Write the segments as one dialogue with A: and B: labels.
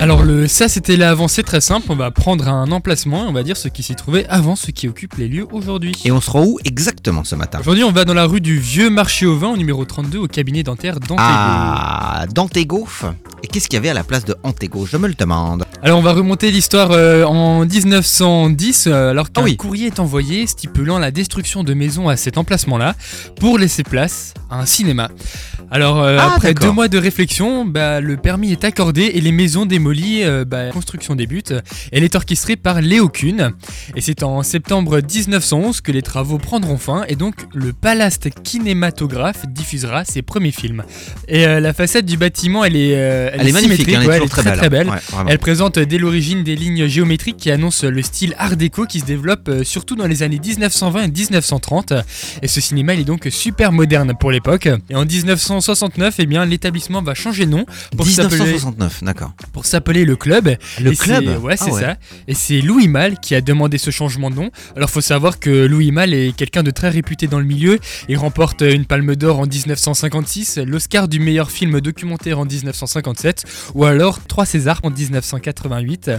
A: Alors le ça c'était l'avancée très simple, on va prendre un emplacement et on va dire ce qui s'y trouvait avant ce qui occupe les lieux aujourd'hui.
B: Et on se rend où exactement ce matin
A: Aujourd'hui on va dans la rue du Vieux Marché au Vin au numéro 32 au cabinet dentaire d'Antego.
B: Ah, Dantégauf Et qu'est-ce qu'il y avait à la place de Antégo Je me le demande.
A: Alors on va remonter l'histoire euh, en 1910 euh, alors qu'un
B: Ah oui.
A: courrier est envoyé stipulant la destruction de maisons à cet emplacement-là pour laisser place à un cinéma. Alors euh,
B: Ah,
A: après
B: d'accord.
A: deux mois de réflexion, bah, le permis est accordé et les maisons démolies, euh, bah, la construction débute. Elle est orchestrée par Léo Kuhn et c'est en septembre 1911 que les travaux prendront fin et donc le Palace Kinématographe diffusera ses premiers films. Et euh, la façade du bâtiment, elle est, euh,
B: Elle, est magnifique,
A: symétrique,
B: hein, elle est
A: ouais,
B: toujours très,
A: très,
B: belle.
A: belle.
B: Ouais, vraiment.
A: Elle présente dès l'origine des lignes géométriques qui annoncent le style art déco qui se développe euh, surtout dans les années 1920 et 1930. Et ce cinéma il est donc super moderne pour l'époque. Et en 1969, eh bien l'établissement va changer de nom pour s'appeler
B: 1969, d'accord.
A: pour s'appeler le club.
B: Le
A: Et
B: club
A: c'est- Ouais,
B: Ah
A: c'est ça. Et c'est Louis Malle qui a demandé ce changement de nom. Alors, faut savoir que Louis Malle est quelqu'un de très réputé dans le milieu. Il remporte une Palme d'Or en 1956, l'Oscar du meilleur film documentaire en 1957, ou alors trois Césars en 1988.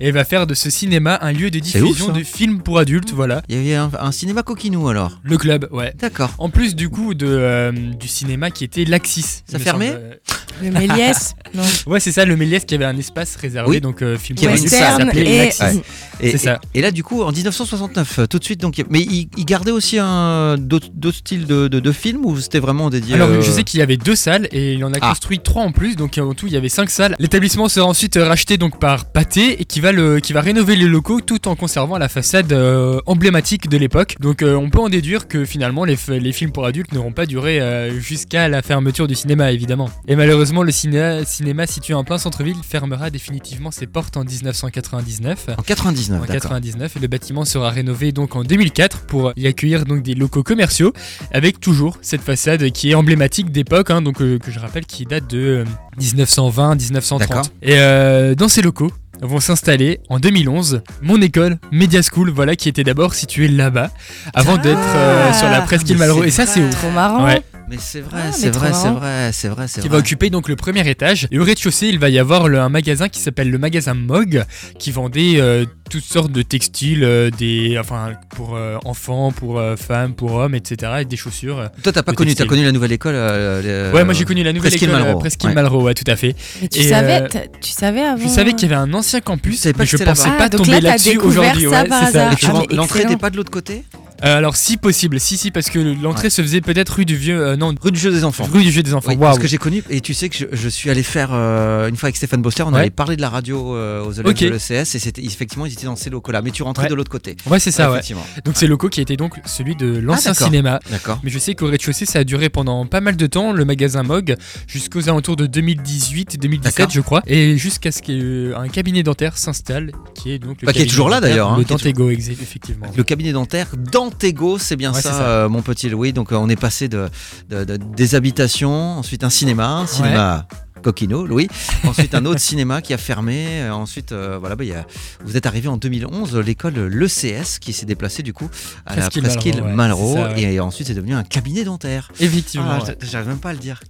A: Et va faire de ce cinéma un lieu de
B: C'est ouf,
A: diffusion
B: ça.
A: de films pour adultes. Voilà,
B: Il y avait un, un cinéma coquinou alors.
A: le club, ouais.
B: D'accord.
A: En plus du coup de, euh, du cinéma qui était l'Axis.
B: Ça
A: il me
B: fermait
A: semble.
C: Le Méliès. non.
A: Ouais, c'est ça, le Méliès qui avait un espace réservé,
B: Oui.
A: donc euh, film
B: Qui avait
A: ça
B: une salle.
C: Western
A: s'appelait
C: et.
A: l'Axis.
B: Ouais. Et,
A: C'est ça.
B: Et, et là, du coup, en 1969, euh, tout de suite, donc. il y a- Mais il, il gardait aussi un d'autres d'autres styles de, de, de films ou c'était vraiment dédié
A: Alors
B: euh,
A: je sais qu'il y avait deux salles et il en a
B: Ah.
A: construit trois en plus, donc euh, en tout il y avait cinq salles. L'établissement sera ensuite euh, racheté donc par Pathé et qui va le, qui va rénover les locaux tout en conservant la façade euh, emblématique de l'époque. Donc euh, on peut en déduire que finalement les, f- les films pour adultes n'auront pas duré euh, jusqu'à la fermeture du cinéma évidemment. Et malheureusement le ciné- cinéma situé en plein centre-ville fermera définitivement ses portes en 1999
B: En 99,
A: en
B: d'accord.
A: 99 et le bâtiment sera rénové donc en 2004 pour y accueillir donc des locaux commerciaux avec toujours cette façade qui est emblématique d'époque hein, donc euh, que je rappelle qui date de euh, 1920
B: D'accord.
A: 1930 et euh, dans ces locaux vont s'installer en 2011 mon école Media School voilà qui était d'abord située là-bas avant d'être euh, sur la presqu'île
B: Ah, mais
A: Malraux
B: c'est
A: et ça c'est ouf
C: Trop marrant.
A: Ouais.
B: Ah, Mais c'est vrai,
C: Ah, mais
B: c'est
C: trop
B: vrai, c'est
C: marrant.
B: vrai, c'est vrai, c'est
A: qui
B: vrai.
A: va occuper donc le premier étage. Et au rez-de-chaussée, il va y avoir le- un magasin qui s'appelle le magasin Mog, qui vendait euh, toutes sortes de textiles, euh, des, enfin pour euh, enfants, pour euh, femmes, pour hommes, etc. Et des chaussures.
B: Toi, t'as pas
A: le
B: connu, t'as
A: textile.
B: connu la nouvelle école euh, le-
A: ouais, moi j'ai connu la nouvelle
B: Presqu'île
A: école euh,
B: Malraux,
A: Presqu'île
B: ouais.
A: Malraux, ouais, tout à fait.
C: Mais tu
A: Et,
C: savais,
A: euh,
C: t'as- tu savais avant.
A: Je savais qu'il y
C: euh,
A: avait un ancien
B: Je
A: campus,
B: savais pas
A: mais
B: que
A: je
B: c'était
A: pensais
C: là-bas.
A: pas
C: Ah, donc
A: tomber
C: là, t'as
A: là-dessus
C: découvert
A: aujourd'hui.
C: ça
A: ouais,
C: par
A: c'est ça.
C: hasard.
B: Et tu
C: Ah,
B: vois,
C: mais
B: L'entrée
C: excellent.
B: n'est pas de l'autre côté
A: Euh, alors si possible, si si, parce que l'entrée se faisait peut-être rue du vieux, euh, non,
B: Rue du jeu des enfants.
A: rue du jeu des enfants.
B: Oui,
A: Waouh.
B: Parce que j'ai connu, et tu sais que je, je suis allé faire euh, une fois avec Stéphane Boster, on
A: Ouais.
B: avait parlé de la radio euh, aux élèves
A: Ok.
B: de l'ECS, et c'était effectivement, ils étaient dans ces locaux-là, mais tu rentrais
A: Ouais.
B: de l'autre côté.
A: Ouais, c'est ça. Ouais.
B: effectivement. Ah,
A: Donc c'est locaux qui était donc celui de l'ancien
B: d'accord.
A: cinéma.
B: D'accord.
A: Mais je sais qu'au rez-de-chaussée, ça a duré pendant pas mal de temps, le magasin Mog, jusqu'aux alentours de 2018 2017,
B: D'accord.
A: je crois, et jusqu'à ce qu'un euh, cabinet dentaire s'installe, qui est donc le
B: Bah, qui est
A: cabinet
B: toujours là,
A: dentaire,
B: d'ailleurs, hein,
A: le
B: qui est
A: Dantego, ex- effectivement.
B: Le cabinet dentaire d'Antego, c'est bien
A: Ouais,
B: ça,
A: c'est ça.
B: euh, mon petit Louis. Donc euh, on est passé de, de- de- des habitations, ensuite un cinéma, un cinéma coquino, Louis, ensuite un autre cinéma qui a fermé, euh, ensuite euh, voilà, bah, il y a- vous êtes arrivé en 2011, euh, l'école l'ECS qui s'est déplacée du coup à la
A: Presqu'île
B: presqu'île
A: Malraux, ouais,
B: Malraux,
A: c'est ça, ouais.
B: et ensuite c'est devenu un cabinet dentaire.
A: Effectivement.
B: Ah,
A: ouais.
B: J'arrive même pas à le dire.